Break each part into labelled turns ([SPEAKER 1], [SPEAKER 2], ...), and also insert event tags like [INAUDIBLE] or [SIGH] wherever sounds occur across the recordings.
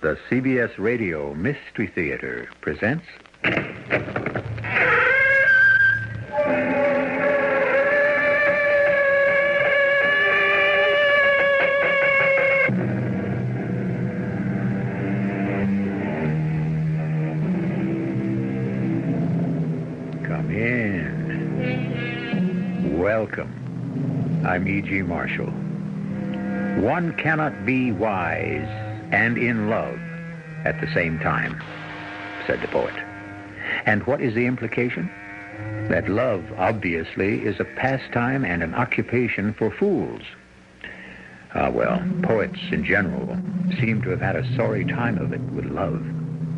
[SPEAKER 1] The CBS Radio Mystery Theater presents. Come in. Welcome. I'm E.G. Marshall. One cannot be wise and in love at the same time, said the poet. And what is the implication? That love, obviously, is a pastime and an occupation for fools. Ah, well, poets in general seem to have had a sorry time of it with love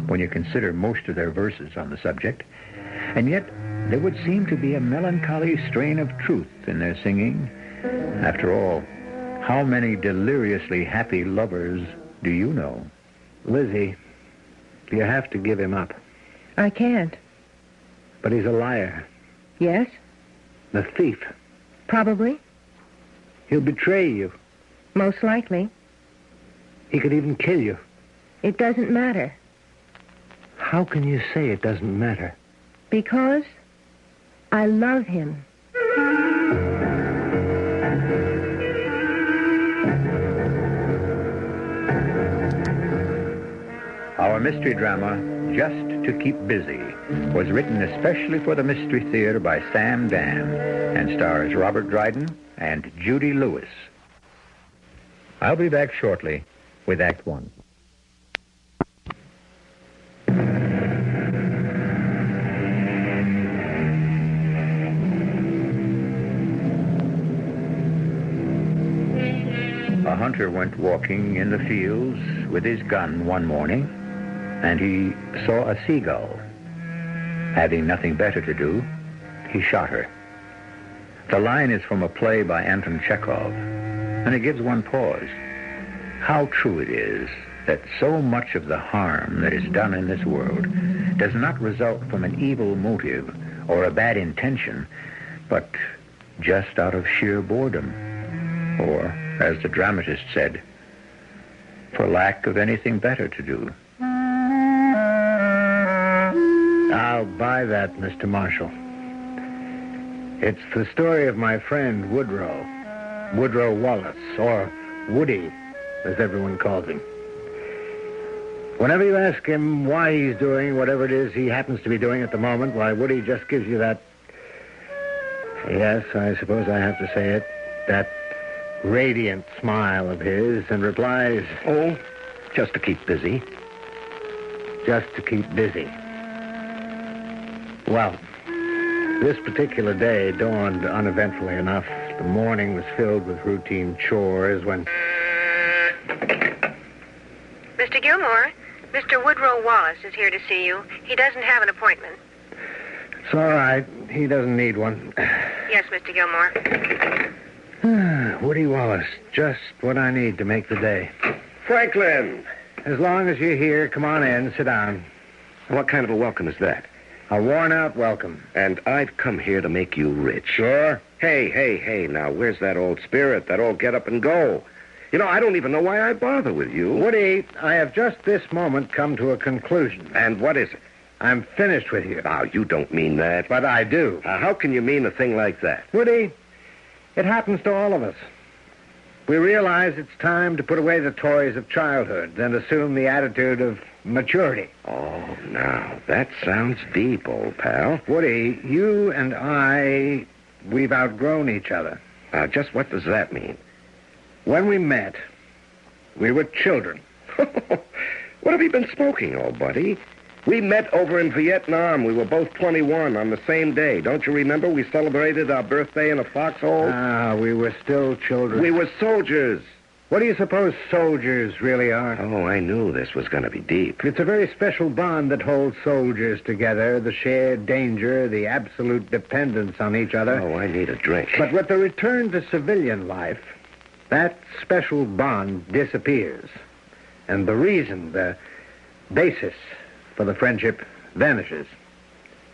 [SPEAKER 1] when you consider most of their verses on the subject. And yet, there would seem to be a melancholy strain of truth in their singing. After all, how many deliriously happy lovers do you know?
[SPEAKER 2] Lizzie, you have to give him up.
[SPEAKER 3] I can't.
[SPEAKER 2] But he's a liar,
[SPEAKER 3] Yes?
[SPEAKER 2] a thief.
[SPEAKER 3] Probably.
[SPEAKER 2] He'll betray you.
[SPEAKER 3] Most likely.
[SPEAKER 2] He could even kill you.
[SPEAKER 3] It doesn't matter.
[SPEAKER 2] How can you say it doesn't matter?
[SPEAKER 3] Because I love him.
[SPEAKER 1] Our mystery drama, Just to Keep Busy, was written especially for the Mystery Theater by Sam Dan and stars Robert Dryden and Judy Lewis. I'll be back shortly with Act One. A hunter went walking in the fields with his gun one morning, and he saw a seagull. Having nothing better to do, he shot her. The line is from a play by Anton Chekhov, and it gives one pause. How true it is that so much of the harm that is done in this world does not result from an evil motive or a bad intention, but just out of sheer boredom. Or, as the dramatist said, for lack of anything better to do.
[SPEAKER 2] I'll buy that, Mr. Marshall. It's the story of my friend Woodrow. Woodrow Wallace, or Woody, as everyone calls him. Whenever you ask him why he's doing whatever it is he happens to be doing at the moment, why, Woody just gives you that. Yes, I suppose I have to say it. That radiant smile of his and replies,
[SPEAKER 1] Oh, just to keep busy.
[SPEAKER 2] just to keep busy. Well, this particular day dawned uneventfully enough. The morning was filled with routine chores when
[SPEAKER 4] Mr. Gilmore, Mr. Woodrow Wallace is here to see you. He doesn't have an appointment.
[SPEAKER 2] it's all right. He doesn't need one. [CLEARS THROAT]
[SPEAKER 4] Yes, Mr. Gilmore.
[SPEAKER 2] Woody Wallace, just what I need to make the day.
[SPEAKER 5] Franklin!
[SPEAKER 2] As long as you're here, come on in, sit down.
[SPEAKER 5] What kind of a welcome is that?
[SPEAKER 2] A worn out welcome.
[SPEAKER 5] And I've come here to make you rich.
[SPEAKER 2] Sure.
[SPEAKER 5] Hey, hey, hey, now, where's that old spirit, that old get up and go? You know, I don't even know why I bother with you.
[SPEAKER 2] Woody, I have just this moment come to a conclusion.
[SPEAKER 5] And what is it?
[SPEAKER 2] I'm finished with you.
[SPEAKER 5] Now, Ah, you don't mean that.
[SPEAKER 2] But I do.
[SPEAKER 5] Now, how can you mean a thing like that?
[SPEAKER 2] Woody, it happens to all of us. We realize it's time to put away the toys of childhood and assume the attitude of maturity.
[SPEAKER 5] Oh, now, that sounds deep, old pal.
[SPEAKER 2] Woody, you and I, we've outgrown each other.
[SPEAKER 5] Now, just what does that mean?
[SPEAKER 2] When we met, we were children.
[SPEAKER 5] [LAUGHS] what have you been smoking, old buddy? We met over in Vietnam. We were both 21 on the same day. Don't you remember we celebrated our birthday in a foxhole?
[SPEAKER 2] Ah, we were still children.
[SPEAKER 5] Oh. we were soldiers.
[SPEAKER 2] What do you suppose soldiers really are?
[SPEAKER 5] Oh, I knew this was going to be deep.
[SPEAKER 2] It's a very special bond that holds soldiers together, the shared danger, the absolute dependence on each other.
[SPEAKER 5] Oh, I need a drink.
[SPEAKER 2] But with the return to civilian life, that special bond disappears. And the reason, the basis for the friendship vanishes,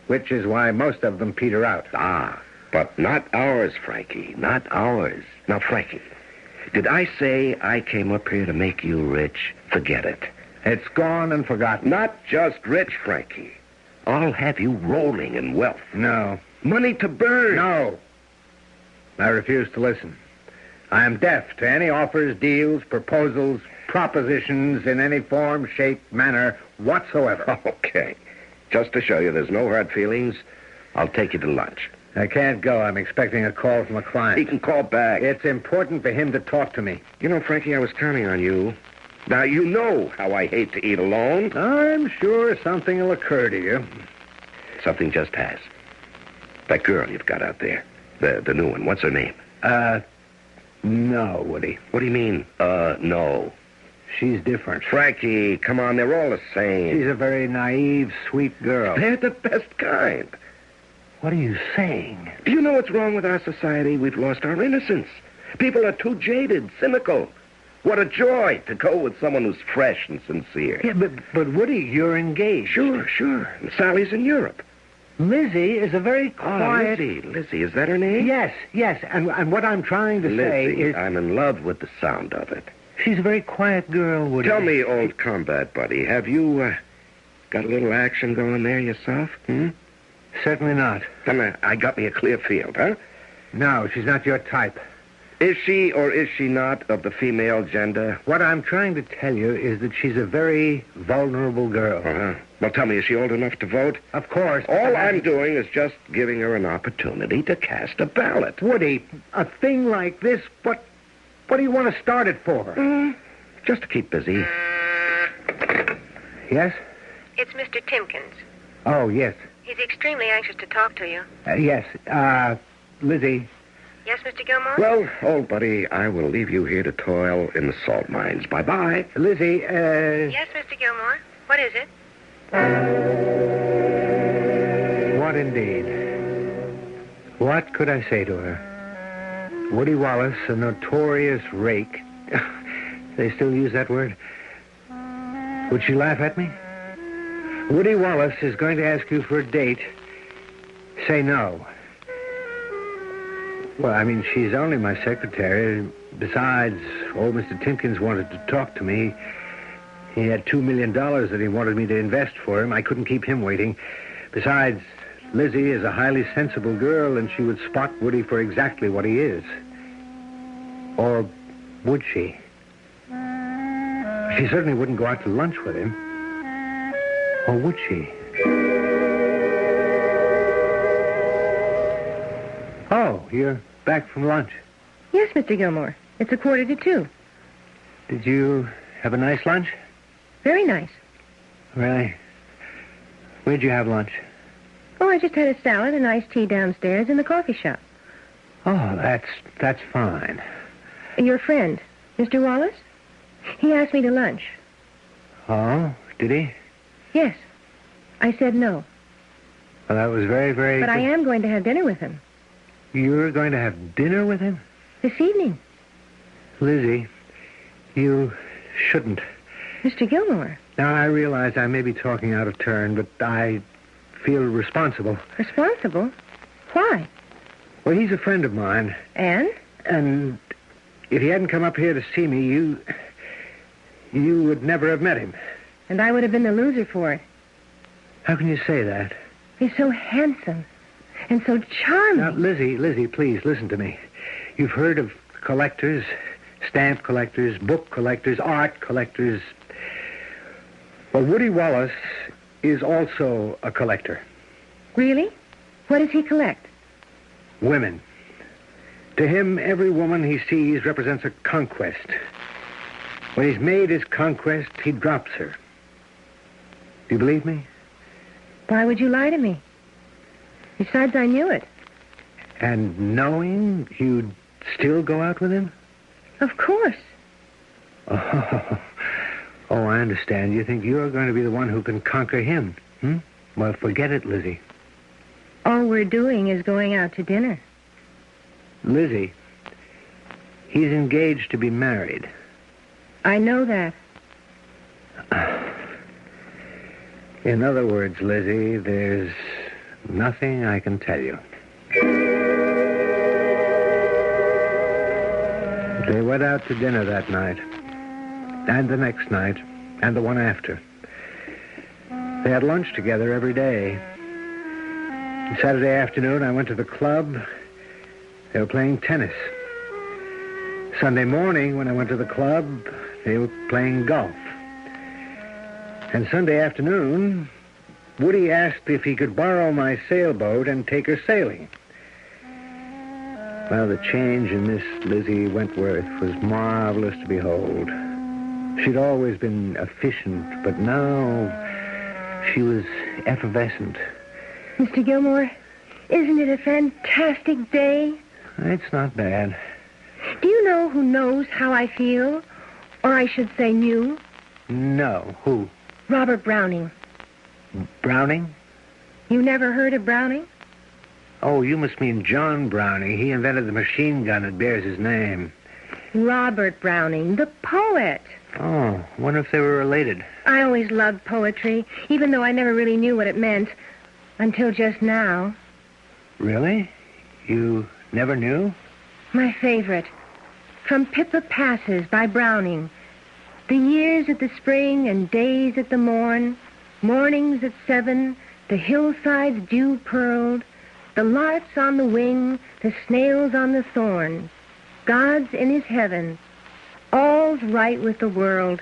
[SPEAKER 2] which is why most of them peter out.
[SPEAKER 5] ah, but not ours, Frankie. Not ours. Now, Frankie, did I say I came up here to make you rich? Forget it.
[SPEAKER 1] It's gone and forgotten.
[SPEAKER 5] Not just rich, Frankie. I'll have you rolling in wealth.
[SPEAKER 1] No.
[SPEAKER 5] Money to burn.
[SPEAKER 1] No. I refuse to listen. I am deaf to any offers, deals, proposals, propositions in any form, shape, manner whatsoever.
[SPEAKER 5] [LAUGHS] Okay. Just to show you there's no hard feelings, I'll take you to lunch.
[SPEAKER 1] I can't go. I'm expecting a call from a
[SPEAKER 5] He
[SPEAKER 1] client.
[SPEAKER 5] can call back.
[SPEAKER 1] It's important for him to talk to me.
[SPEAKER 5] You know, Frankie, I was counting on you. Now, you know how I hate to eat alone.
[SPEAKER 1] I'm sure something will occur to you.
[SPEAKER 5] Something just has. That girl you've got out there, the, the new one, what's her name?
[SPEAKER 1] Uh, no, Woody.
[SPEAKER 5] What do you mean, uh, no?
[SPEAKER 1] She's different.
[SPEAKER 5] Frankie, come on, they're all the same.
[SPEAKER 1] She's a very naive, sweet girl.
[SPEAKER 5] They're the best kind.
[SPEAKER 1] [LAUGHS] What are you saying?
[SPEAKER 5] Do you know what's wrong with our society? We've lost our innocence. People are too jaded, cynical. What a joy to go with someone who's fresh and sincere.
[SPEAKER 1] Yeah, but, but Woody, you're engaged.
[SPEAKER 5] Sure, sure. And Sally's in Europe.
[SPEAKER 1] Lizzie is a very quiet.
[SPEAKER 5] Lizzie, Lizzie, is that her name?
[SPEAKER 1] Ah, yes, yes. And, and what I'm trying to say
[SPEAKER 5] Lizzie,
[SPEAKER 1] is
[SPEAKER 5] I'm in love with the sound of it.
[SPEAKER 1] she's a very quiet girl, Woody.
[SPEAKER 5] Tell me, old combat buddy, have you uh, got a little action going there yourself? Hmm?
[SPEAKER 1] Certainly not.
[SPEAKER 5] Come on, I got me a clear field, huh?
[SPEAKER 1] No, she's not your type.
[SPEAKER 5] Is she or is she not of the female gender?
[SPEAKER 1] What I'm trying to tell you is that she's a very vulnerable girl.
[SPEAKER 5] Uh-huh. Well, tell me, is she old enough to vote?
[SPEAKER 1] Of course.
[SPEAKER 5] All
[SPEAKER 1] but I-
[SPEAKER 5] I'm doing is just giving her an opportunity to cast a ballot.
[SPEAKER 1] Woody, a thing like this, what, what do you want to start it for?
[SPEAKER 5] Just to keep busy.
[SPEAKER 1] Yes?
[SPEAKER 6] It's Mr. Timkins.
[SPEAKER 1] Oh, yes.
[SPEAKER 6] He's extremely anxious to talk to you.
[SPEAKER 1] Uh, yes. Uh, Lizzie,
[SPEAKER 6] Yes, Mr. Gilmore?
[SPEAKER 5] Well, old buddy, I will leave you here to toil in the salt mines. Bye-bye.
[SPEAKER 1] Lizzie, uh,
[SPEAKER 6] yes, Mr. Gilmore. What is it?
[SPEAKER 1] what indeed? What could I say to her? Woody Wallace, a notorious rake. [LAUGHS] they still use that word. Would she laugh at me? Woody Wallace is going to ask you for a date. Say no. Well, I mean, she's only my secretary. Besides, old Mr. Timkins wanted to talk to me. He had $2 million that he wanted me to invest for him. I couldn't keep him waiting. Besides, Lizzie is a highly sensible girl, and she would spot Woody for exactly what he is. Or would she? She certainly wouldn't go out to lunch with him. Or would she? Oh, you're back from lunch.
[SPEAKER 3] Yes, Mr. Gilmore. It's a quarter to two.
[SPEAKER 1] Did you have a nice lunch?
[SPEAKER 3] Very nice.
[SPEAKER 1] Really? Where'd you have lunch?
[SPEAKER 3] Oh, I just had a salad and iced tea downstairs in the coffee shop.
[SPEAKER 1] Oh, that's that's fine.
[SPEAKER 3] Your friend, Mr. Wallace? He asked me to lunch.
[SPEAKER 1] Oh, did he?
[SPEAKER 3] Yes. I said no.
[SPEAKER 1] Well, that was very, very.
[SPEAKER 3] But I
[SPEAKER 1] good.
[SPEAKER 3] am going to have dinner with him
[SPEAKER 1] You're going to have dinner with him,
[SPEAKER 3] this evening.
[SPEAKER 1] Lizzie. You shouldn't.
[SPEAKER 3] Mr. Gilmore,
[SPEAKER 1] Now I realize I may be talking out of turn, but I feel responsible.
[SPEAKER 3] responsible? Why?
[SPEAKER 1] Well, he's a friend of mine,
[SPEAKER 3] And?
[SPEAKER 1] and if he hadn't come up here to see me, you you would never have met him.
[SPEAKER 3] And I would have been the loser for it.
[SPEAKER 1] How can you say that?
[SPEAKER 3] He's so handsome and so
[SPEAKER 1] Now,
[SPEAKER 3] charming.
[SPEAKER 1] Lizzie, Lizzie, please listen to me. You've heard of collectors, stamp collectors, book collectors, art collectors. Well, Woody Wallace is also a collector.
[SPEAKER 3] Really? What does he collect?
[SPEAKER 1] Women. To him, every woman he sees represents a conquest. When he's made his conquest, he drops her. Do you believe me?
[SPEAKER 3] Why would you lie to me? Besides, I knew it.
[SPEAKER 1] And knowing you'd still go out with him?
[SPEAKER 3] Of course.
[SPEAKER 1] [LAUGHS] Oh, oh, I understand. You think you're going to be the one who can conquer him. Hmm? Well, forget it, Lizzie.
[SPEAKER 3] All we're doing is going out to dinner.
[SPEAKER 1] Lizzie, he's engaged to be married.
[SPEAKER 3] I know that.
[SPEAKER 1] In other words, Lizzie, there's nothing I can tell you. They went out to dinner that night, and the next night,
[SPEAKER 2] and the one after. They had lunch together every day. And Saturday afternoon, I went to the club. They were playing tennis. Sunday morning, when I went to the club, they were playing golf. And Sunday afternoon, Woody asked if he could borrow my sailboat and take her sailing. Well, the change in Miss Lizzie Wentworth was marvelous to behold. She'd always been efficient, but now she was effervescent.
[SPEAKER 3] Mr. Gilmore, isn't it a fantastic day?
[SPEAKER 2] It's not bad.
[SPEAKER 3] Do you know who knows how I feel? Or I should say knew?
[SPEAKER 2] No. Who?
[SPEAKER 3] Robert Browning.
[SPEAKER 2] Browning?
[SPEAKER 3] You never heard of Browning?
[SPEAKER 2] Oh, you must mean John Browning. He invented the machine gun that bears his name.
[SPEAKER 3] Robert Browning, the poet.
[SPEAKER 2] Oh, wonder if they were related.
[SPEAKER 3] I always loved poetry, even though I never really knew what it meant until just now.
[SPEAKER 2] Really? You never knew?
[SPEAKER 3] My favorite. From Pippa Passes by Browning. The years at the spring and days at the morn, mornings at seven, the hillsides dew pearled, the larks on the wing, the snails on the thorn, God's in his heaven, all's right with the world.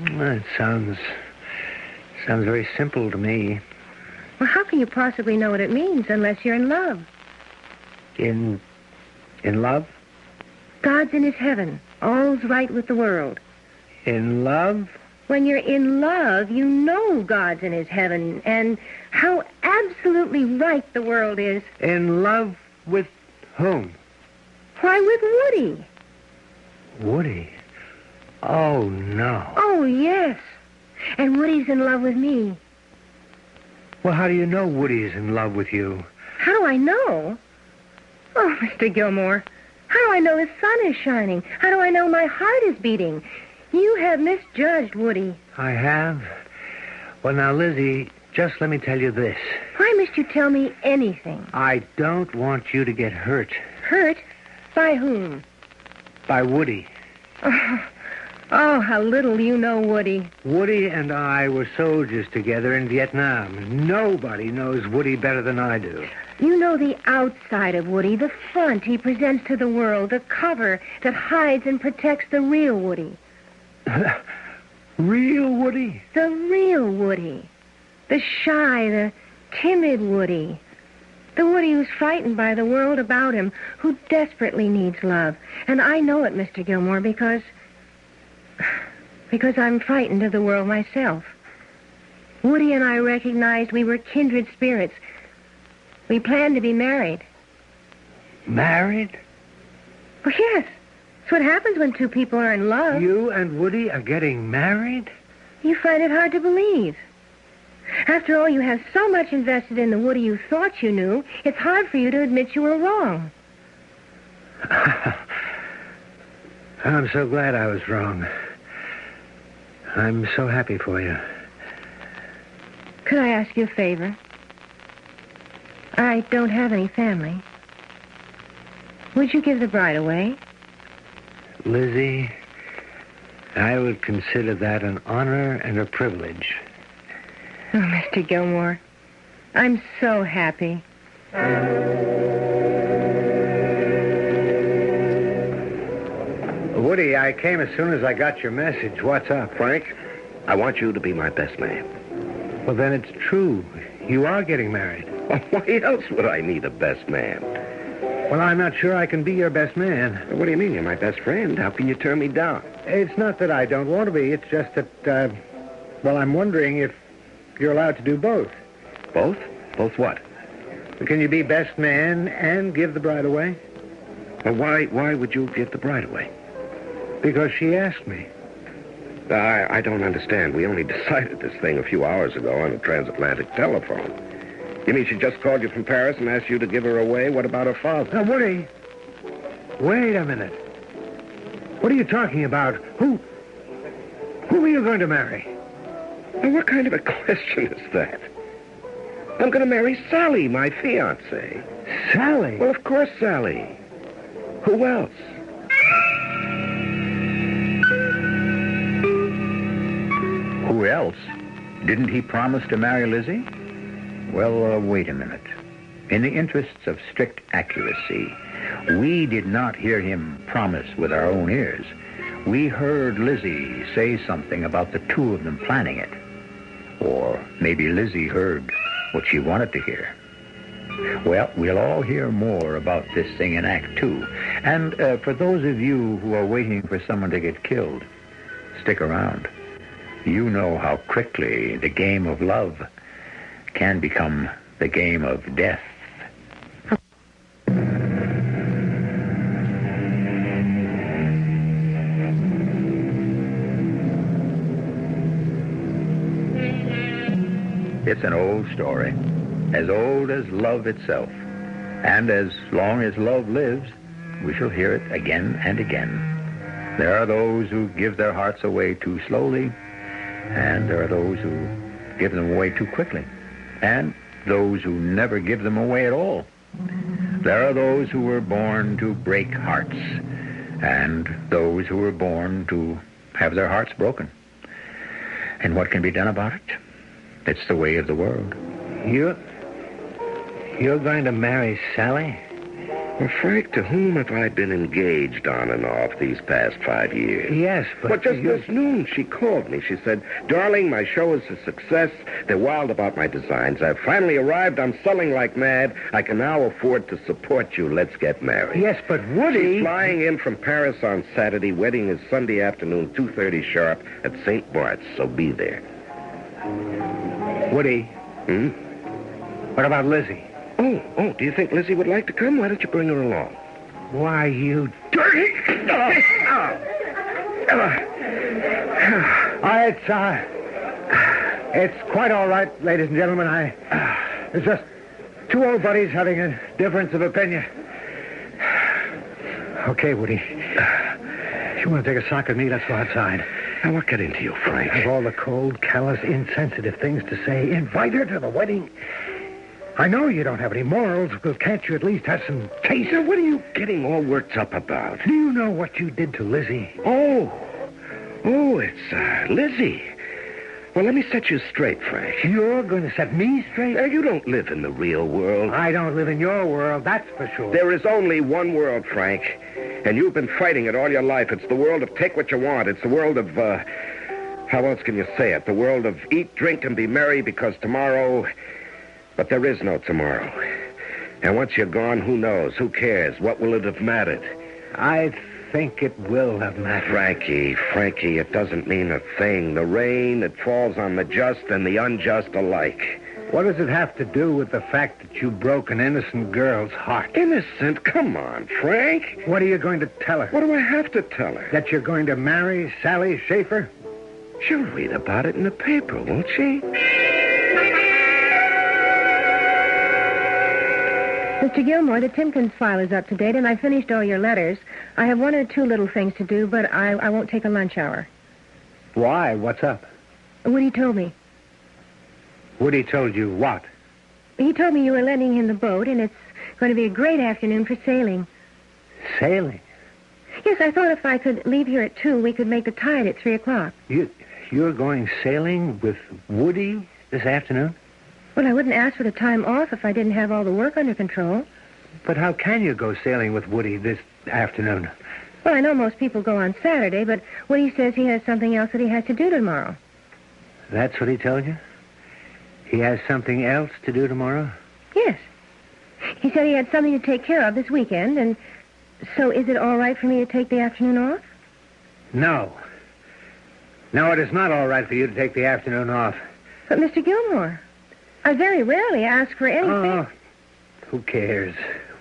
[SPEAKER 2] Well, it sounds sounds very simple to me.
[SPEAKER 3] Well, how can you possibly know what it means unless you're in love?
[SPEAKER 2] In in love?
[SPEAKER 3] God's in his heaven, all's right with the world.
[SPEAKER 2] In love?
[SPEAKER 3] When you're in love, you know God's in his heaven and how absolutely right the world is.
[SPEAKER 2] In love with whom?
[SPEAKER 3] Why, with Woody.
[SPEAKER 2] Woody. Oh no.
[SPEAKER 3] Oh, yes. And Woody's in love with me.
[SPEAKER 2] Well, how do you know Woody's in love with you?
[SPEAKER 3] How do I know? Oh, Mr. Gilmore, how do I know the sun is shining? How do I know my heart is beating? You have misjudged Woody.
[SPEAKER 2] I have. Well, now, Lizzie, just let me tell you this.
[SPEAKER 3] Why must you tell me anything?
[SPEAKER 2] I don't want you to get hurt
[SPEAKER 3] Hurt? By whom?
[SPEAKER 2] by Woody.
[SPEAKER 3] Oh, how little you know Woody.
[SPEAKER 2] Woody and I were soldiers together in Vietnam. Nobody knows Woody better than I do.
[SPEAKER 3] You know the outside of Woody, the front he presents to the world, the cover that hides and protects the real Woody.
[SPEAKER 2] Real Woody?
[SPEAKER 3] The real Woody. The shy, the timid Woody. The Woody who's frightened by the world about him, who desperately needs love. And I know it, Mr. Gilmore, because. because I'm frightened of the world myself. Woody and I recognized we were kindred spirits. We planned to be married.
[SPEAKER 2] Married?
[SPEAKER 3] Well, yes. It's what happens when two people are in love.
[SPEAKER 2] You and Woody are getting married?
[SPEAKER 3] You find it hard to believe. After all, you have so much invested in the Woody you thought you knew, it's hard for you to admit you were wrong.
[SPEAKER 2] Oh, I'm so glad I was wrong. I'm so happy for you.
[SPEAKER 3] Could I ask you a favor? I don't have any family. Would you give the bride away?
[SPEAKER 2] Lizzie, I would consider that an honor and a privilege.
[SPEAKER 3] Oh, Mr. Gilmore, I'm so happy.
[SPEAKER 2] Woody, I came as soon as I got your message. What's up?
[SPEAKER 5] Frank, I want you to be my best man. [LAUGHS]
[SPEAKER 2] Well, then it's true. You are getting married.
[SPEAKER 5] Why else would I need a best man?
[SPEAKER 2] Well, I'm not sure I can be your best man.
[SPEAKER 5] What do you mean? You're my best friend. How can you turn me down?
[SPEAKER 2] It's not that I don't want to be. It's just that, uh, well, I'm wondering if you're allowed to do both.
[SPEAKER 5] Both? Both what?
[SPEAKER 2] Can you be best man and give the bride away?
[SPEAKER 5] Well, why, why would you give the bride away?
[SPEAKER 2] Because she asked me.
[SPEAKER 5] I, I don't understand. We only [LAUGHS] decided this thing a few hours ago on a transatlantic telephone. You mean she just called you from Paris and asked you to give her away? What about her father?
[SPEAKER 2] Now, Woody, wait a minute. What are you talking about? Who, who are you going to marry?
[SPEAKER 5] Now, what kind of a [LAUGHS] question is that? I'm going to marry Sally, my fiancée.
[SPEAKER 2] Sally.
[SPEAKER 5] Well, of course, Sally. Who else?
[SPEAKER 1] else. Didn't he promise to marry Lizzie? Well, uh, wait a minute. In the interests of strict accuracy, we did not hear him promise with our own ears. We heard Lizzie say something about the two of them planning it. Or maybe Lizzie heard what she wanted to hear. Well, we'll all hear more about this thing in Act Two. And uh, for those of you who are waiting for someone to get killed, stick around. You know how quickly the game of love can become the game of death. It's an old story, as old as love itself. And as long as love lives, we shall hear it again and again. There are those who give their hearts away too slowly, and there are those who give them away too quickly, and those who never give them away at all. There are those who were born to break hearts, and those who were born to have their hearts broken. And what can be done about it? It's the way of the world.
[SPEAKER 2] You. You're going to marry Sally?
[SPEAKER 5] Well, Frank, to whom have I been engaged on and off these past five years?
[SPEAKER 2] Yes, but.
[SPEAKER 5] But just
[SPEAKER 2] you-
[SPEAKER 5] this noon, she called me. She said, Darling, my show is a success. They're wild about my designs. I've finally arrived. I'm selling like mad. I can now afford to support you. Let's get married.
[SPEAKER 2] Yes, but Woody.
[SPEAKER 5] She's flying in from Paris on Saturday. Wedding is Sunday afternoon, 2.30 sharp at St. Bart's, so be there.
[SPEAKER 2] Woody.
[SPEAKER 5] Hmm?
[SPEAKER 2] What about Lizzie?
[SPEAKER 5] Oh, oh, do you think Lizzie would like to come? Why don't you bring her along?
[SPEAKER 2] Why, you
[SPEAKER 5] Dirty!
[SPEAKER 2] Oh, it's, uh, it's quite all right, ladies and gentlemen. I, uh, it's just two old buddies having a difference of opinion. Okay, Woody. If you want to take a sock at me, let's go outside.
[SPEAKER 5] Now, what got into you, Frank?
[SPEAKER 2] Of all the cold, callous, insensitive things to say, invite her to the wedding. I know you don't have any morals, but can't you at least have some taste?
[SPEAKER 5] Now, what are you getting all worked up about?
[SPEAKER 2] Do you know what you did to Lizzie?
[SPEAKER 5] Oh, oh, it's uh, Lizzie. Well, let me set you straight, Frank.
[SPEAKER 2] You're going to set me straight?
[SPEAKER 5] Now, you don't live in the real world.
[SPEAKER 2] I don't live in your world, that's for sure.
[SPEAKER 5] There is only one world, Frank, and you've been fighting it all your life. It's the world of take what you want. It's the world of, uh, how else can you say it? The world of eat, drink, and be merry because tomorrow. But there is no tomorrow. And once you're gone, who knows? Who cares? What will it have mattered?
[SPEAKER 2] I think it will have mattered.
[SPEAKER 5] Frankie, Frankie, it doesn't mean a thing. The rain, it falls on the just and the unjust alike.
[SPEAKER 2] What does it have to do with the fact that you broke an innocent girl's heart?
[SPEAKER 5] Innocent? Come on, Frank.
[SPEAKER 2] What are you going to tell her?
[SPEAKER 5] What do I have to tell her?
[SPEAKER 2] That you're going to marry Sally Schaefer?
[SPEAKER 5] She'll read about it in the paper, won't she?
[SPEAKER 3] Mr. Gilmore, the Timkins file is up to date, and I finished all your letters. I have one or two little things to do, but I, I won't take a lunch hour.
[SPEAKER 2] Why? What's up?
[SPEAKER 3] Woody told me.
[SPEAKER 2] Woody told you what?
[SPEAKER 3] He told me you were lending him the boat, and it's going to be a great afternoon for sailing.
[SPEAKER 2] Sailing.
[SPEAKER 3] Yes, I thought if I could leave here at 2, we could make the tide at 3 o'clock.
[SPEAKER 2] You, you're going sailing with Woody this afternoon?
[SPEAKER 3] Well, I wouldn't ask for the time off if I didn't have all the work under control.
[SPEAKER 2] But how can you go sailing with Woody this afternoon?
[SPEAKER 3] Well, I know most people go on Saturday, but Woody says he has something else that he has to do tomorrow.
[SPEAKER 2] That's what he told you? He has something else to do tomorrow?
[SPEAKER 3] Yes. He said he had something to take care of this weekend, and so is it all right for me to take the afternoon off?
[SPEAKER 2] No. No, it is not all right for you to take the afternoon off.
[SPEAKER 3] But, Mr. Gilmore, I very rarely ask for anything.
[SPEAKER 2] Oh, who cares?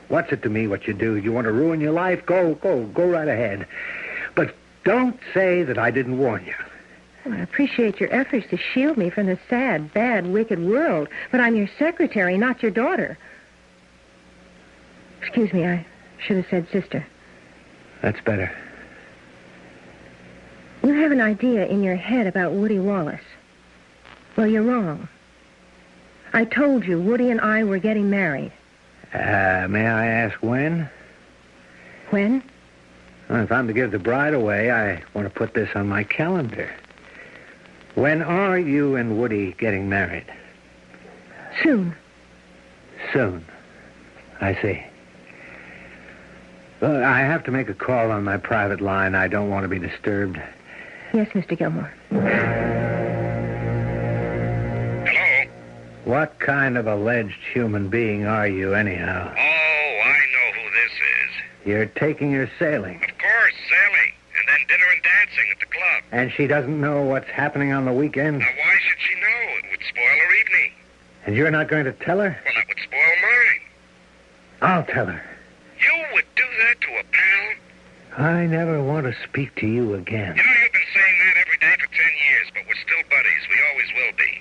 [SPEAKER 2] What's it to me what you do? You want to ruin your life? Go, go, go right ahead. But don't say that I didn't warn you.
[SPEAKER 3] Well, I appreciate your efforts to shield me from the sad, bad, wicked world, but I'm your secretary, not your daughter. Excuse me, I should have said sister.
[SPEAKER 2] That's better.
[SPEAKER 3] You have an idea in your head about Woody Wallace. Well, you're wrong. I told you Woody and I were getting married.
[SPEAKER 2] Uh, may I ask when?
[SPEAKER 3] When?
[SPEAKER 2] Well, if I'm to give the bride away, I want to put this on my calendar. When are you and Woody getting married?
[SPEAKER 3] Soon.
[SPEAKER 2] Soon. I see. Well, I have to make a call on my private line. I don't want to be disturbed.
[SPEAKER 3] Yes, Mr. Gilmore.
[SPEAKER 7] Hello?
[SPEAKER 2] What kind of alleged human being are you, anyhow?
[SPEAKER 7] Oh, I know who this is.
[SPEAKER 2] You're taking her sailing,
[SPEAKER 7] Of course, Sally. And then dinner and dancing at the club.
[SPEAKER 2] and she doesn't know what's happening on the weekend,
[SPEAKER 7] Now, why should she know? It would spoil her evening.
[SPEAKER 2] and you're not going to tell her?
[SPEAKER 7] Well, that would spoil mine.
[SPEAKER 2] I'll tell her.
[SPEAKER 7] You would do that to a pal?
[SPEAKER 2] I never want to speak to you again.
[SPEAKER 7] You know, you've been saying that every day for ten years, but we're still buddies. We always will be.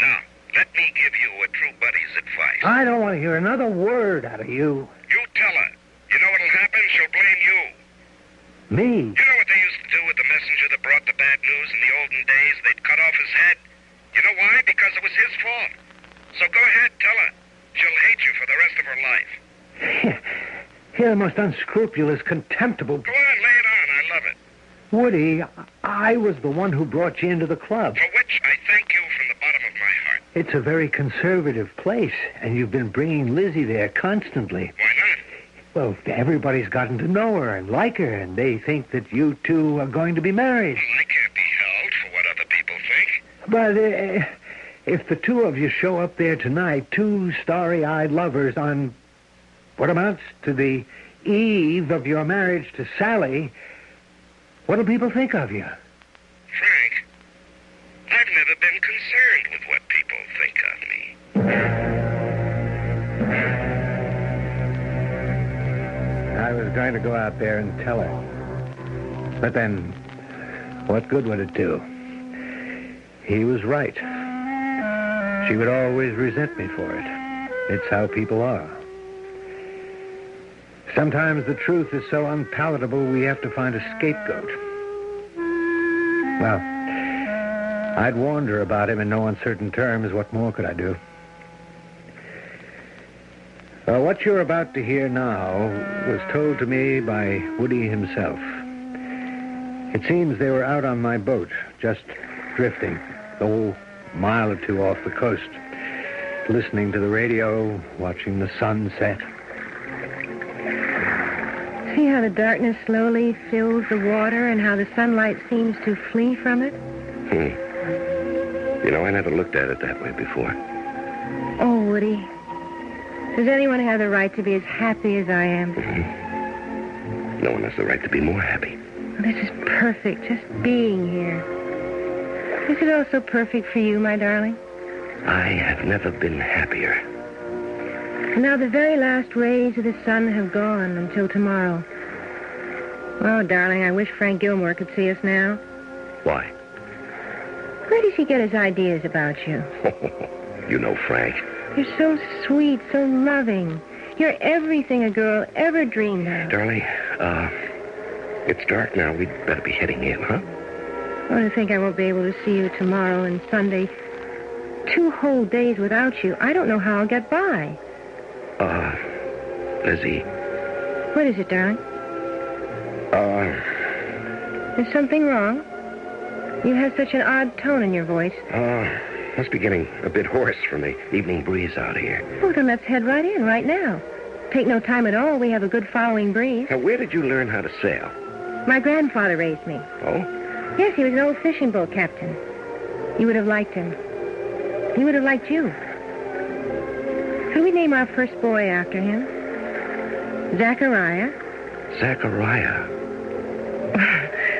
[SPEAKER 7] Now, let me give you a true buddy's advice.
[SPEAKER 2] I don't want to hear another word out of you.
[SPEAKER 7] You tell her. You know what'll happen? She'll blame you.
[SPEAKER 2] Me? [LAUGHS]
[SPEAKER 7] You know what they used to do with the messenger that brought the bad news in the olden days? They'd cut off his head. You know why? Because it was his fault. So go ahead, tell her. She'll hate you for the rest of her life.
[SPEAKER 2] You're the most unscrupulous, contemptible.
[SPEAKER 7] Go on, lay it on. I love it.
[SPEAKER 2] Woody, I was the one who brought you into the club.
[SPEAKER 7] For which I thank you from the bottom of my heart.
[SPEAKER 2] It's a very conservative place, and you've been bringing Lizzie there constantly.
[SPEAKER 7] Why not?
[SPEAKER 2] Well, everybody's gotten to know her and like her, and they think that you two are going to be married.
[SPEAKER 7] Well, I can't be held for what other people think.
[SPEAKER 2] But uh, if the two of you show up there tonight, two starry-eyed lovers on what amounts to the eve of your marriage to Sally, what'll people think of you?
[SPEAKER 7] Frank, I've never been concerned with what people think of me.
[SPEAKER 2] I was going to go out there and tell her. But then, what good would it do? He was right. She would always resent me for it. It's how people are. Sometimes the truth is so unpalatable we have to find a scapegoat. Well, I'd warned her about him in no uncertain terms. What more could I do? Uh, what you're about to hear now was told to me by Woody himself. It seems they were out on my boat, just drifting, a whole mile or two off the coast, listening to the radio, watching the sunset.
[SPEAKER 3] See how the darkness slowly fills the water and how the sunlight seems to flee from it?
[SPEAKER 5] Hmm. You know, I never looked at it that way before.
[SPEAKER 3] Oh, Woody. Does anyone have the right to be as happy as I am?
[SPEAKER 5] No one has the right to be more happy.
[SPEAKER 3] This is perfect, just being here. Is it also perfect for you, my darling?
[SPEAKER 5] I have never been happier.
[SPEAKER 3] Now the very last rays of the sun have gone until tomorrow. Oh, darling, I wish Frank Gilmore could see us now.
[SPEAKER 5] Why? [LAUGHS]
[SPEAKER 3] Where does he get his ideas about you?
[SPEAKER 5] you know, Frank.
[SPEAKER 3] You're so sweet, so loving. You're everything a girl ever dreamed of.
[SPEAKER 5] Darling, uh, it's dark now. We'd better be heading in, huh?
[SPEAKER 3] Oh, to think I won't be able to see you tomorrow and Sunday. Two whole days without you, I don't know how I'll get by.
[SPEAKER 5] Uh, Lizzie,
[SPEAKER 3] What is it, darling?
[SPEAKER 5] uh,
[SPEAKER 3] Is something wrong? You have such an odd tone in your voice.
[SPEAKER 5] uh, must be getting a bit hoarse from the evening breeze out here.
[SPEAKER 3] Well, then let's head right in right now. Take no time at all. We have a good following breeze.
[SPEAKER 5] Now, where did you learn how to sail?
[SPEAKER 3] My grandfather raised me.
[SPEAKER 5] Oh?
[SPEAKER 3] Yes, he was an old fishing boat captain. You would have liked him. He would have liked you. Could we name our first boy after him? Zachariah.
[SPEAKER 5] Zachariah.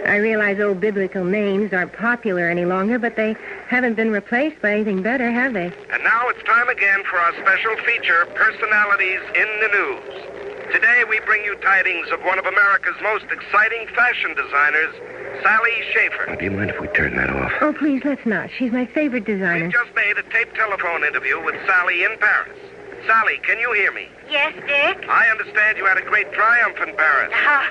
[SPEAKER 3] I realize old biblical names aren't popular any longer, but they haven't been replaced by anything better, have they?
[SPEAKER 7] And now it's time again for our special feature, Personalities in the News. Today we bring you tidings of one of America's most exciting fashion designers, Sally Schaefer.
[SPEAKER 5] Now, do you mind if we turn that off?
[SPEAKER 3] Oh, please, let's not. She's my favorite designer.
[SPEAKER 7] We've just made a tape telephone interview with Sally in Paris. Sally, can you hear me?
[SPEAKER 8] Yes, Dick.
[SPEAKER 7] I understand you had a great triumph in Paris.
[SPEAKER 8] Oh,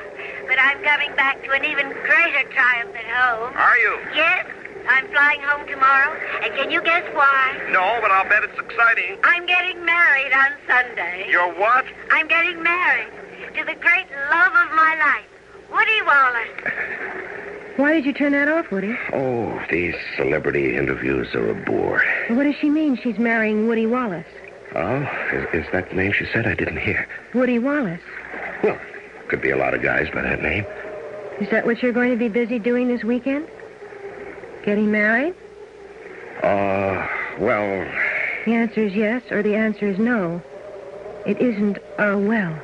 [SPEAKER 8] but I'm coming back to an even greater triumph at home.
[SPEAKER 7] Are you?
[SPEAKER 8] Yes, I'm flying home tomorrow. And can you guess why?
[SPEAKER 7] No, but I'll bet it's exciting.
[SPEAKER 8] I'm getting married on Sunday.
[SPEAKER 7] You're what?
[SPEAKER 8] I'm getting married to the great love of my life, Woody Wallace.
[SPEAKER 3] Why did you turn that off, Woody?
[SPEAKER 5] Oh, these celebrity interviews are a bore.
[SPEAKER 3] What does she mean she's marrying Woody Wallace?
[SPEAKER 5] Oh, is, is that the name she said? I didn't hear.
[SPEAKER 3] Woody Wallace.
[SPEAKER 5] Well, could be a lot of guys by that name.
[SPEAKER 3] Is that what you're going to be busy doing this weekend? Getting married?
[SPEAKER 5] Uh, well,
[SPEAKER 3] The answer is yes, or the answer is no. It isn't, or well.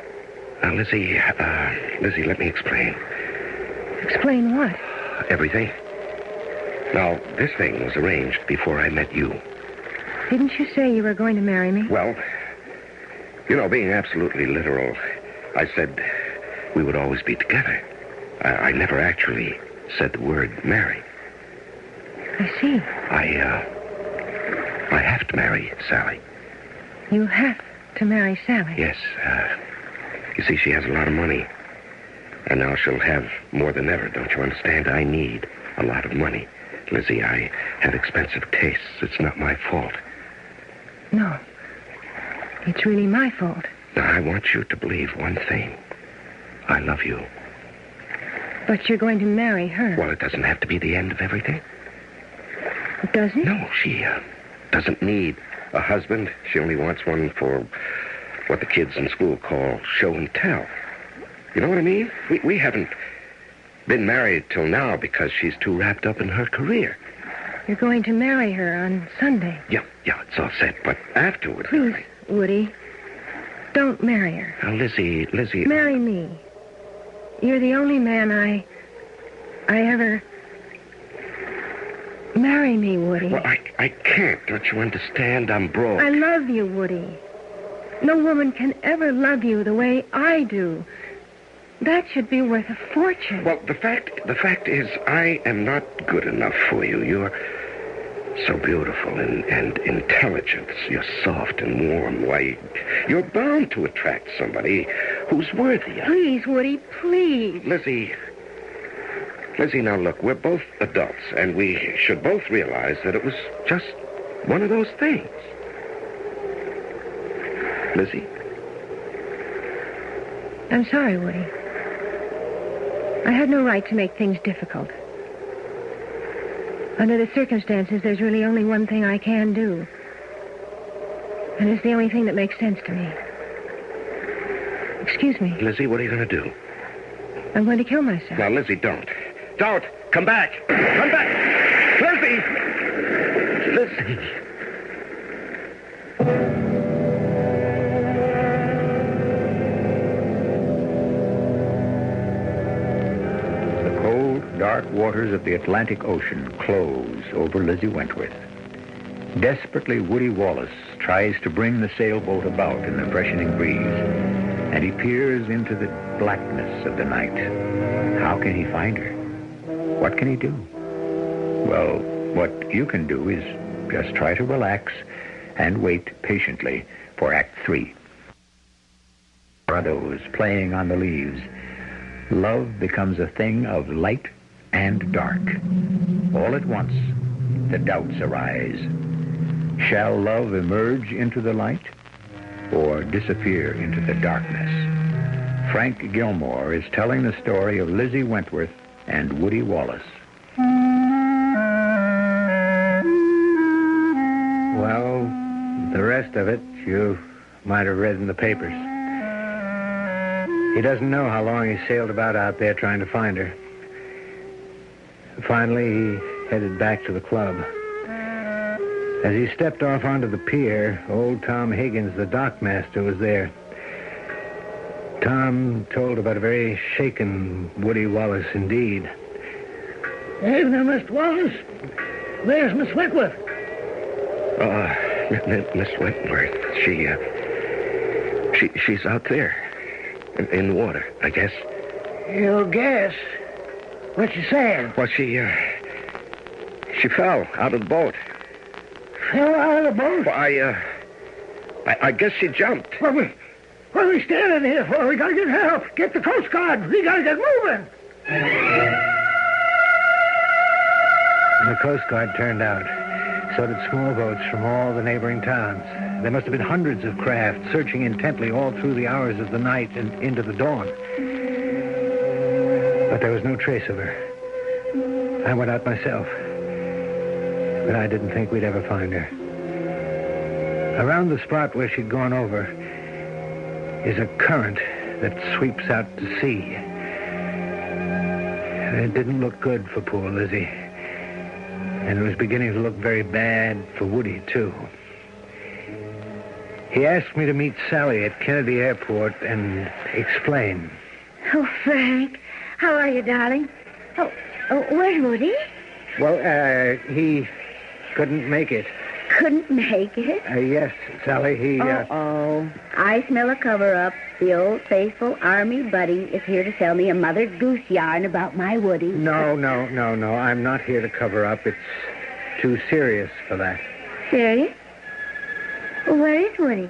[SPEAKER 5] now, Lizzie, uh, Lizzie, let me explain
[SPEAKER 3] Explain what?
[SPEAKER 5] everything. Now, this thing was arranged before I met you.
[SPEAKER 3] Didn't you say you were going to marry me?
[SPEAKER 5] Well, you know, being absolutely literal, I said we would always be together. I, I never actually said the word marry.
[SPEAKER 3] I see.
[SPEAKER 5] I, uh, I have to marry Sally.
[SPEAKER 3] You have to marry Sally.
[SPEAKER 5] Yes. Uh, you see, she has a lot of money. And now she'll have more than ever, don't you understand? I need a lot of money. Lizzie, I have expensive tastes. It's not my fault.
[SPEAKER 3] No. It's really my fault.
[SPEAKER 5] Now, I want you to believe one thing. I love you.
[SPEAKER 3] But you're going to marry her.
[SPEAKER 5] Well, it doesn't have to be the end of everything.
[SPEAKER 3] Doesn't?
[SPEAKER 5] No, she uh, doesn't need a husband. She only wants one for what the kids in school call show and tell. You know what I mean? We, we haven't been married till now because she's too wrapped up in her career.
[SPEAKER 3] You're going to marry her on Sunday.
[SPEAKER 5] Yeah, yeah, it's all set. But afterward,
[SPEAKER 3] Please,
[SPEAKER 5] darling-
[SPEAKER 3] Woody, don't marry her.
[SPEAKER 5] Now, Lizzie, Lizzie.
[SPEAKER 3] Marry me. You're the only man I. I ever. Marry me, Woody.
[SPEAKER 5] Well, I, I can't. Don't you understand? I'm broke.
[SPEAKER 3] I love you, Woody. No woman can ever love you the way I do. That should be worth a fortune.
[SPEAKER 5] Well, the fact the fact is, I am not good enough for you. You're so beautiful and, and intelligent. You're soft and warm. Why, you're bound to attract somebody who's worthy of.
[SPEAKER 3] please, Woody, please.
[SPEAKER 5] Lizzie, Lizzie, now look, we're both adults, and we should both realize that it was just one of those things. Lizzie,
[SPEAKER 3] I'm sorry, Woody. I had no right to make things difficult. Under the circumstances, there's really only one thing I can do. And it's the only thing that makes sense to me. Excuse me.
[SPEAKER 5] Lizzie, what are you going to do?
[SPEAKER 3] I'm going to kill myself.
[SPEAKER 5] Now, Lizzie, don't. Don't. Come back. Come back. Lizzie. Lizzie.
[SPEAKER 1] The cold, dark waters of the Atlantic Ocean close over Lizzie Wentworth. Desperately, Woody Wallace tries to bring the sailboat about in the freshening breeze, and he peers into the blackness of the night. How can he find her? What can he do? Well, what you can do is just try to relax and wait patiently for Act Three. Shadows playing on the leaves love becomes a thing of light and dark. All at once, the doubts arise. Shall love emerge into the light or disappear into the darkness? Frank Gilmore is telling the story of Lizzie Wentworth and Woody Wallace.
[SPEAKER 2] Well, the rest of it you might have read in the papers. He doesn't know how long he sailed about out there trying to find her. Finally, he headed back to the club. As he stepped off onto the pier, old Tom Higgins, the dockmaster, was there. Tom told about a very shaken Woody Wallace indeed. Evening, Mr. Wallace. There's Miss Wickworth.
[SPEAKER 5] Uh, M- M- Miss Wentworth, she, uh, she, she's out there in, in the water, I guess.
[SPEAKER 2] Your guess. What you saying?
[SPEAKER 5] Well, she, uh, she fell out of the boat.
[SPEAKER 2] Fell out of the boat.
[SPEAKER 5] Well, I, uh, I, I guess she jumped.
[SPEAKER 2] What we, what we standing here for? We gotta get help. Get the Coast Guard. We gotta get moving. The Coast Guard turned out. So did small boats from all the neighboring towns. There must have been hundreds of craft searching intently all through the hours of the night and into the dawn. But there was no trace of her. I went out myself. But I didn't think we'd ever find her. Around the spot where she'd gone over is a current that sweeps out to sea. And it didn't look good for poor Lizzie. And it was beginning to look very bad for Woody, too. He asked me to meet Sally at Kennedy Airport and explain.
[SPEAKER 3] Oh, Frank, how are you, darling? Oh, oh where's Woody?
[SPEAKER 2] Well, uh, he couldn't make it.
[SPEAKER 3] Couldn't make it.
[SPEAKER 2] Uh, yes, Sally, he. Uh,
[SPEAKER 3] Oh, I smell a cover-up. The old faithful army buddy is here to sell me a mother goose yarn about my Woody.
[SPEAKER 2] no, no, no, no. I'm not here to cover up. It's too serious for that.
[SPEAKER 3] Serious? Well, where is Woody?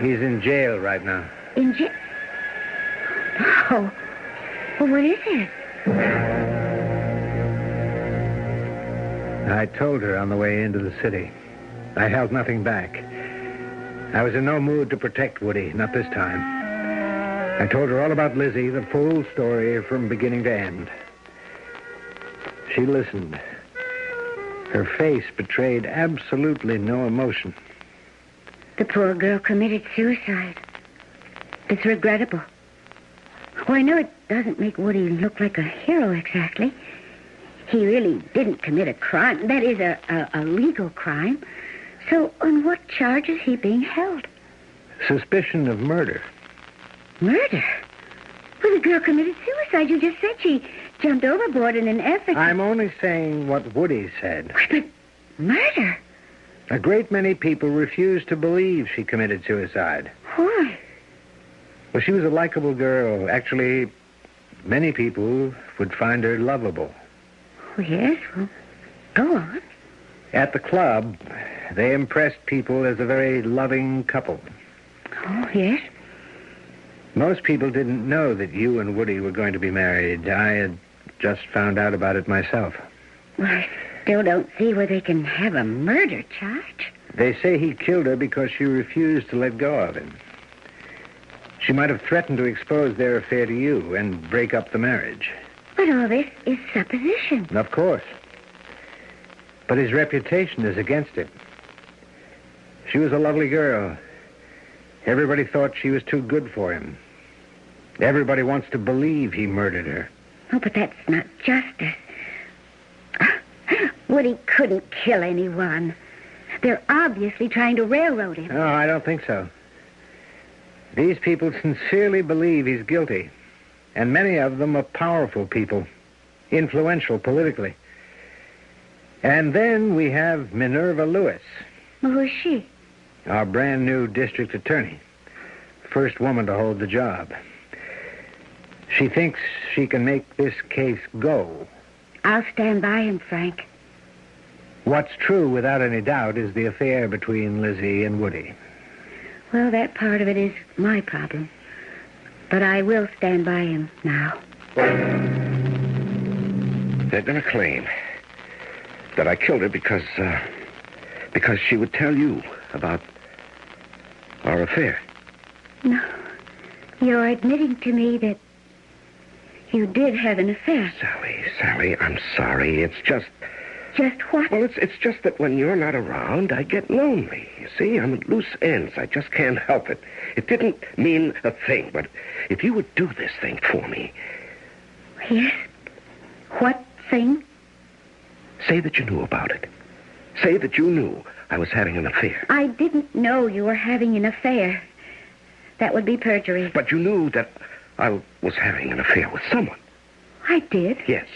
[SPEAKER 2] He's in jail right now.
[SPEAKER 3] In jail. Oh. Well, what is it?
[SPEAKER 2] I told her on the way into the city. I held nothing back. I was in no mood to protect Woody, not this time. I told her all about Lizzie, the full story from beginning to end. She listened. Her face betrayed absolutely no emotion.
[SPEAKER 3] The poor girl committed suicide. It's regrettable. Well, I know it doesn't make Woody look like a hero exactly. He really didn't commit a crime. That is a, a, a legal crime. So on what charge is he being held?
[SPEAKER 2] Suspicion of murder.
[SPEAKER 3] Murder? Well, the girl committed suicide. You just said she jumped overboard in an effort. to-
[SPEAKER 2] I'm only saying what Woody said.
[SPEAKER 3] But murder?
[SPEAKER 2] A great many people refused to believe she committed suicide.
[SPEAKER 3] Why?
[SPEAKER 2] Well, she was a likable girl. Actually, many people would find her lovable.
[SPEAKER 3] Oh, yes. Well, go on.
[SPEAKER 2] At the club, they impressed people as a very loving couple.
[SPEAKER 3] Oh, yes.
[SPEAKER 2] Most people didn't know that you and Woody were going to be married. I had just found out about it myself.
[SPEAKER 3] Well, I still don't see where they can have a murder charge.
[SPEAKER 2] They say he killed her because she refused to let go of him. She might have threatened to expose their affair to you and break up the marriage.
[SPEAKER 3] But all this is supposition.
[SPEAKER 2] Of course. But his reputation is against him. She was a lovely girl. Everybody thought she was too good for him. Everybody wants to believe he murdered her.
[SPEAKER 3] Oh, but that's not justice. [GASPS] Woody couldn't kill anyone. They're obviously trying to railroad him.
[SPEAKER 2] No, I don't think so. These people sincerely believe he's guilty, and many of them are powerful people, influential politically. And then we have Minerva Lewis,
[SPEAKER 3] Well, who is she?
[SPEAKER 2] our brand new district attorney, first woman to hold the job. She thinks she can make this case go.
[SPEAKER 3] I'll stand by him, Frank.
[SPEAKER 2] What's true, without any doubt, is the affair between Lizzie and Woody.
[SPEAKER 3] Well, that part of it is my problem. But I will stand by him now.
[SPEAKER 5] They're going to claim that I killed her because, uh, because she would tell you about our affair.
[SPEAKER 3] No. You're admitting to me that you did have an affair.
[SPEAKER 5] Sally, Sally, I'm sorry. It's just,
[SPEAKER 3] Just what?
[SPEAKER 5] well, it's, it's just that when you're not around, I get lonely. You see, I'm at loose ends. I just can't help it. It didn't mean a thing, but if you would do this thing for me,
[SPEAKER 3] Yes. What thing?
[SPEAKER 5] say that you knew about it. Say that you knew I was having an affair.
[SPEAKER 3] I didn't know you were having an affair. That would be perjury.
[SPEAKER 5] But you knew that I was having an affair with someone.
[SPEAKER 3] I did.
[SPEAKER 5] Yes.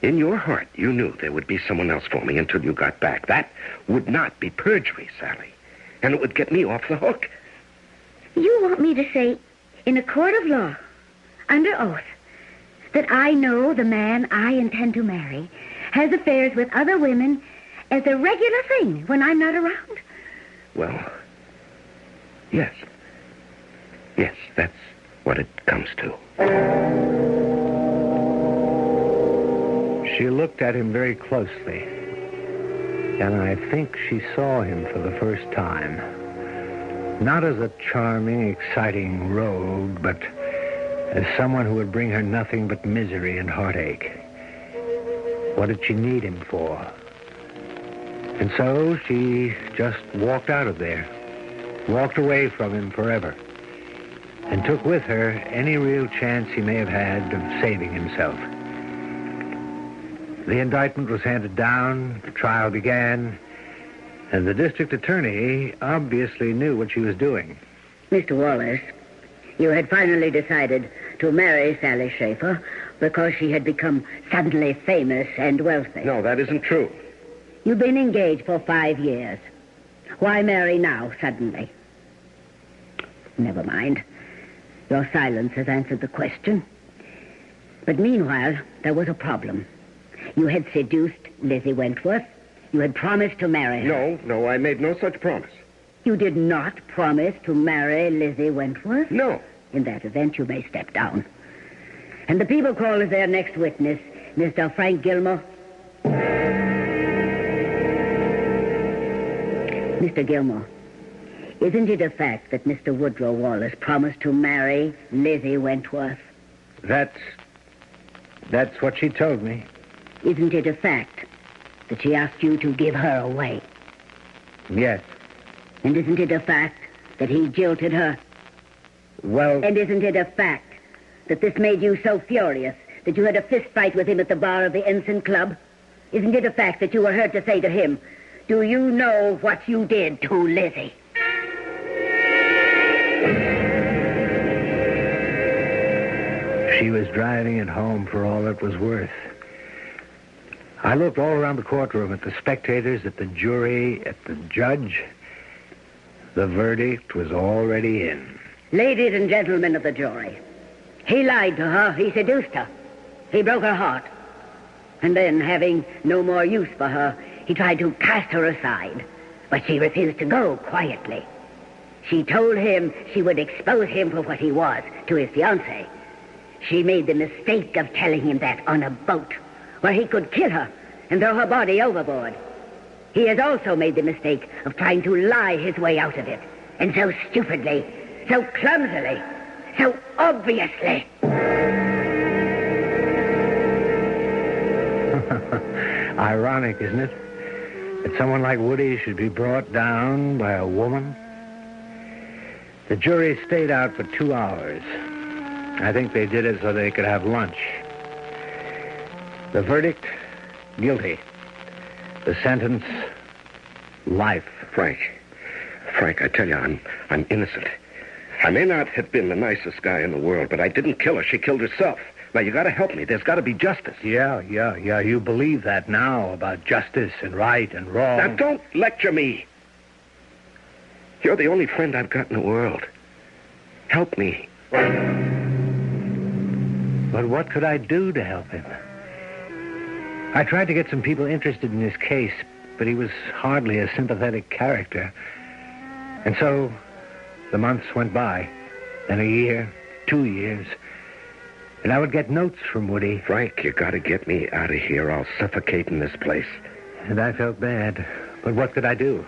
[SPEAKER 5] In your heart, you knew there would be someone else for me until you got back. That would not be perjury, Sally. And it would get me off the hook.
[SPEAKER 3] You want me to say, in a court of law, under oath, that I know the man I intend to marry has affairs with other women as a regular thing when I'm not around?
[SPEAKER 5] Well, yes. Yes, that's what it comes to.
[SPEAKER 2] She looked at him very closely, and I think she saw him for the first time. Not as a charming, exciting rogue, but as someone who would bring her nothing but misery and heartache. What did she need him for? And so she just walked out of there, walked away from him forever, and took with her any real chance he may have had of saving himself. The indictment was handed down, the trial began, and the district attorney obviously knew what she was doing.
[SPEAKER 3] Mr. Wallace, you had finally decided to marry Sally Schaefer because she had become suddenly famous and wealthy.
[SPEAKER 5] No, that isn't true.
[SPEAKER 3] You've been engaged for five years. Why marry now, suddenly? Never mind. Your silence has answered the question. But meanwhile, there was a problem. You had seduced Lizzie Wentworth. You had promised to marry her.
[SPEAKER 5] No, no, I made no such promise.
[SPEAKER 3] You did not promise to marry Lizzie Wentworth?
[SPEAKER 5] No.
[SPEAKER 3] In that event, you may step down. And the people call as their next witness Mr. Frank Gilmore. Mr. Gilmore, isn't it a fact that Mr. Woodrow Wallace promised to marry Lizzie Wentworth?
[SPEAKER 2] That's. that's what she told me.
[SPEAKER 3] Isn't it a fact that she asked you to give her away?
[SPEAKER 2] Yes.
[SPEAKER 3] And isn't it a fact that he jilted her?
[SPEAKER 2] Well,
[SPEAKER 3] And isn't it a fact that this made you so furious that you had a fist fight with him at the bar of the Ensign Club? Isn't it a fact that you were heard to say to him, Do you know what you did to Lizzie?
[SPEAKER 2] she was driving it home for all it was worth. I looked all around the courtroom at the spectators, at the jury, at the judge. The verdict was already in.
[SPEAKER 3] Ladies and gentlemen of the jury, he lied to her, he seduced her, he broke her heart. And then, having no more use for her, he tried to cast her aside. But she refused to go quietly. She told him she would expose him for what he was to his fiancée. She made the mistake of telling him that on a boat where he could kill her and throw her body overboard. He has also made the mistake of trying to lie his way out of it. And so stupidly, so clumsily, so obviously.
[SPEAKER 2] Ironic, isn't it? That someone like Woody should be brought down by a woman? The jury stayed out for two hours. I think they did it so they could have lunch. The verdict guilty. The sentence life.
[SPEAKER 5] Frank, Frank, I tell you, I'm, I'm innocent. I may not have been the nicest guy in the world, but I didn't kill her. She killed herself. Now, you gotta help me. There's gotta be justice.
[SPEAKER 2] Yeah, yeah, yeah. You believe that now about justice and right and wrong.
[SPEAKER 5] Now, don't lecture me. You're the only friend I've got in the world. Help me.
[SPEAKER 2] But what could I do to help him? I tried to get some people interested in his case, but he was hardly a sympathetic character. And so the months went by, then a year, two years, and I would get notes from Woody,
[SPEAKER 5] Frank, you gotta get me out of here. I'll suffocate in this place.
[SPEAKER 2] and I felt bad. But what could I do?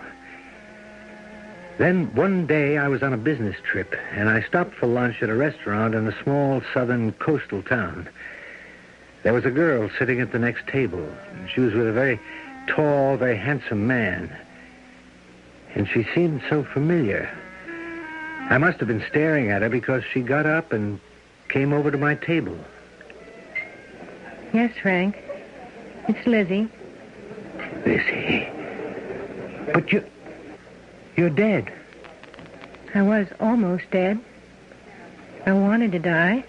[SPEAKER 2] Then one day I was on a business trip, and I stopped for lunch at a restaurant in a small southern coastal town. There was a girl sitting at the next table. She was with a very tall, very handsome man. And she seemed so familiar. I must have been staring at her because she got up and came over to my table.
[SPEAKER 9] Yes, Frank. It's Lizzie.
[SPEAKER 2] Lizzie. But you. You're dead.
[SPEAKER 9] I was almost dead. I wanted to die.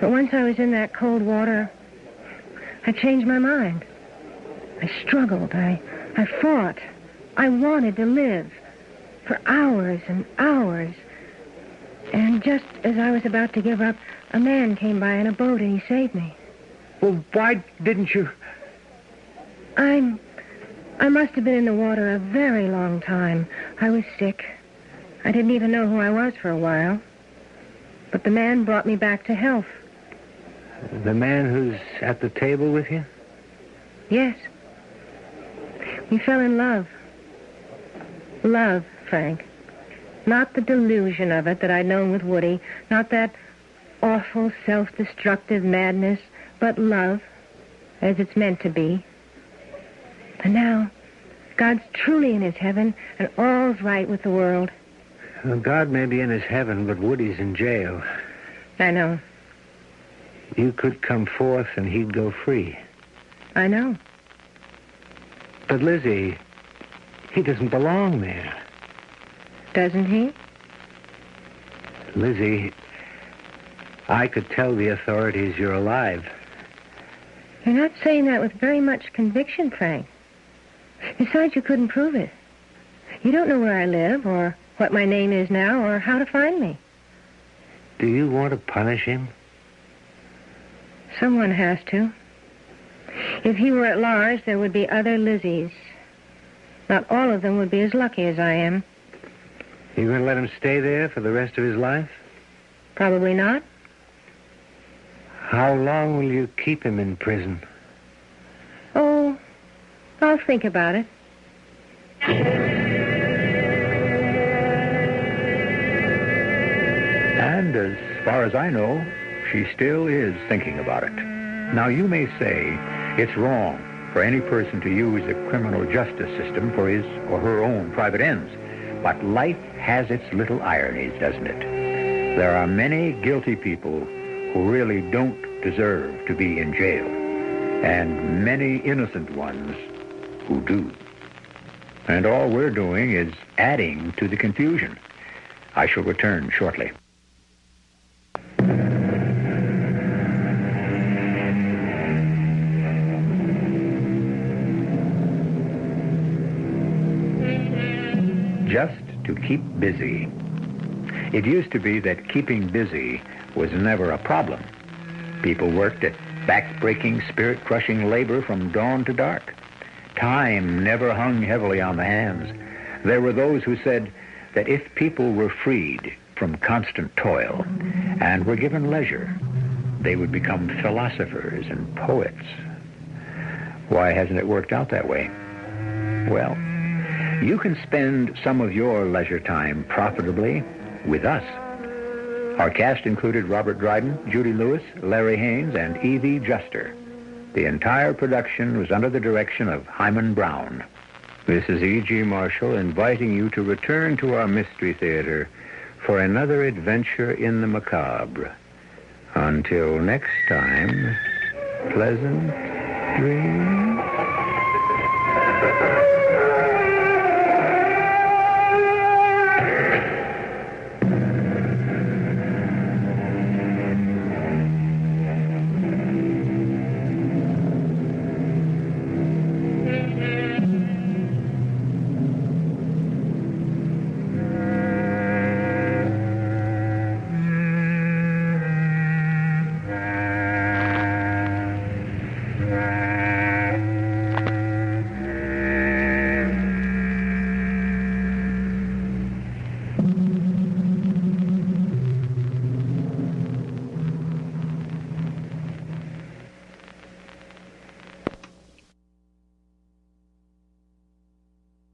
[SPEAKER 9] But once I was in that cold water, I changed my mind. I struggled. I, I fought. I wanted to live for hours and hours. And just as I was about to give up, a man came by in a boat and he saved me.
[SPEAKER 2] Well, why didn't you.
[SPEAKER 9] I'm. I must have been in the water a very long time. I was sick. I didn't even know who I was for a while. But the man brought me back to health.
[SPEAKER 2] The man who's at the table with you?
[SPEAKER 9] Yes. We fell in love. Love, Frank. Not the delusion of it that I'd known with Woody, not that awful self destructive madness, but love. as it's meant to be. But now, God's truly in his heaven, and all's right with the world.
[SPEAKER 2] Well, God may be in his heaven, but Woody's in jail.
[SPEAKER 9] I know.
[SPEAKER 2] You could come forth and he'd go free.
[SPEAKER 9] I know.
[SPEAKER 2] But Lizzie, he doesn't belong there.
[SPEAKER 9] Doesn't he?
[SPEAKER 2] Lizzie, I could tell the authorities you're alive.
[SPEAKER 9] You're not saying that with very much conviction, Frank. Besides, you couldn't prove it. You don't know where I live or what my name is now or how to find me.
[SPEAKER 2] Do you want to punish him?
[SPEAKER 9] Someone has to. If he were at large, there would be other Lizzies. Not all of them would be as lucky as I am.
[SPEAKER 2] You going to let him stay there for the rest of his life?
[SPEAKER 9] Probably not.
[SPEAKER 2] How long will you keep him in prison?
[SPEAKER 9] Oh, I'll think about it.
[SPEAKER 1] And as far as I know, she still is thinking about it. Now, you may say it's wrong for any person to use the criminal justice system for his or her own private ends. But life has its little ironies, doesn't it? There are many guilty people who really don't deserve to be in jail, and many innocent ones who do. And all we're doing is adding to the confusion. I shall return shortly. Just to keep busy. It used to be that keeping busy was never a problem. People worked at back-breaking, spirit-crushing labor from dawn to dark. Time never hung heavily on the hands. There were those who said that if people were freed from constant toil and were given leisure, they would become philosophers and poets. Why hasn't it worked out that way? Well, you can spend some of your leisure time profitably with us. Our cast included Robert Dryden, Judy Lewis, Larry Haynes, and Evie Juster. The entire production was under the direction of Hyman Brown. E
[SPEAKER 2] This is E.G. Marshall inviting you to return to our Mystery Theater for another adventure in the macabre. Until next time, pleasant dreams.